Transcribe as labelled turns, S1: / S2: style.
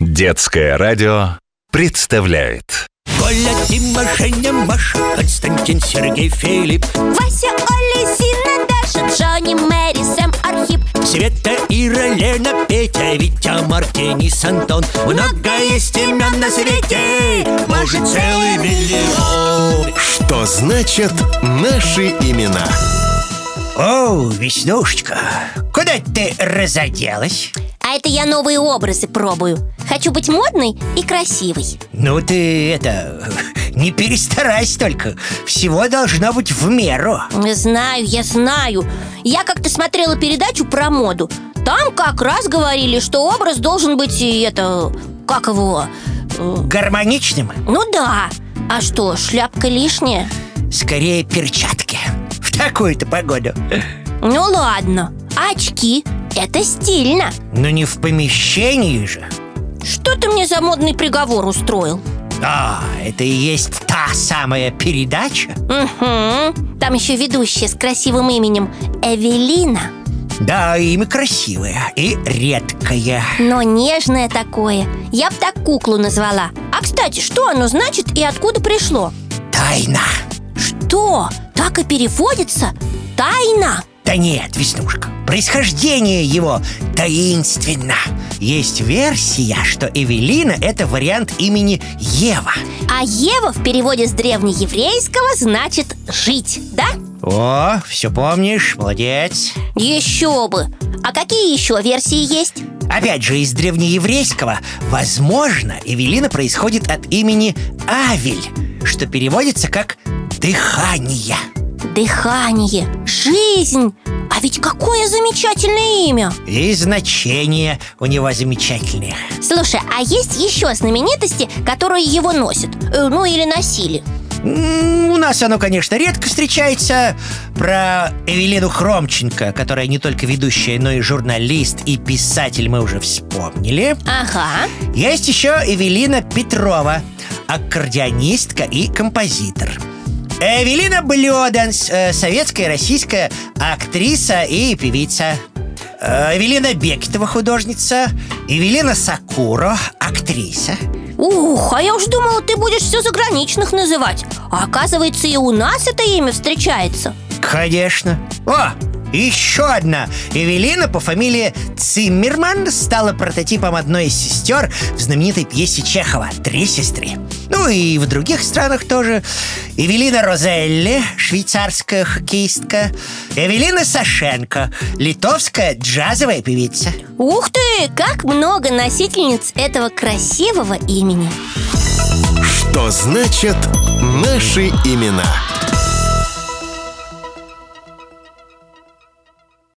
S1: Детское радио представляет
S2: Коля, Дима, Женя, Маша, Константин, Сергей, Филипп,
S3: Вася, Оля, Зина, Даша, Джонни, Мэри, Сэм, Архип
S2: Света, Ира, Лена, Петя, Витя, Мартин, Денис, Антон. Много есть имен на свете, может целый миллион.
S4: Что значит наши имена?
S5: О, Веснушечка, куда ты разоделась?
S3: А это я новые образы пробую Хочу быть модной и красивой
S5: Ну ты это, не перестарайся только Всего должно быть в меру
S3: Знаю, я знаю Я как-то смотрела передачу про моду Там как раз говорили, что образ должен быть, и это, как его, э,
S5: Гармоничным
S3: ну да А что, шляпка лишняя?
S5: скорее перчатки В такую-то погоду
S3: Ну ладно, а очки? Это стильно
S5: Но не в помещении же
S3: Что ты мне за модный приговор устроил?
S5: А, это и есть та самая передача?
S3: Мгм. Там еще ведущая с красивым именем Эвелина
S5: Да, имя красивое и редкое
S3: Но нежное такое Я бы так куклу назвала А, кстати, что оно значит и откуда пришло?
S5: Тайна
S3: Что? Так и переводится? Тайна?
S5: Да нет, Веснушка, происхождение его таинственно Есть версия, что Эвелина – это вариант имени Ева
S3: А Ева в переводе с древнееврейского значит «жить», да?
S5: О, все помнишь, молодец
S3: Еще бы! А какие еще версии есть?
S5: Опять же, из древнееврейского Возможно, Эвелина происходит от имени Авель Что переводится как «дыхание»
S3: Дыхание, жизнь А ведь какое замечательное имя!
S5: И значение у него замечательное
S3: Слушай, а есть еще знаменитости, которые его носят? Э, ну или носили
S5: М, У нас оно, конечно, редко встречается Про Эвелину Хромченко Которая не только ведущая, но и журналист И писатель мы уже вспомнили
S3: Ага
S5: Есть еще Эвелина Петрова Аккордеонистка и композитор Эвелина Блёданс э, Советская, российская актриса и певица Э, Эвелина Бекетова, художница Эвелина Сакуро, актриса
S3: Ух, а я уж думала, ты будешь все заграничных называть А оказывается, и у нас это имя встречается
S5: Конечно. О, еще одна. Эвелина по фамилии Циммерман стала прототипом одной из сестер в знаменитой пьесе Чехова «Три сестры». Ну и в других странах тоже. Эвелина Розелли, швейцарская хоккеистка. Эвелина Сашенко, литовская джазовая певица.
S3: Ух ты, как много носительниц этого красивого имени
S4: Что значит наши имена?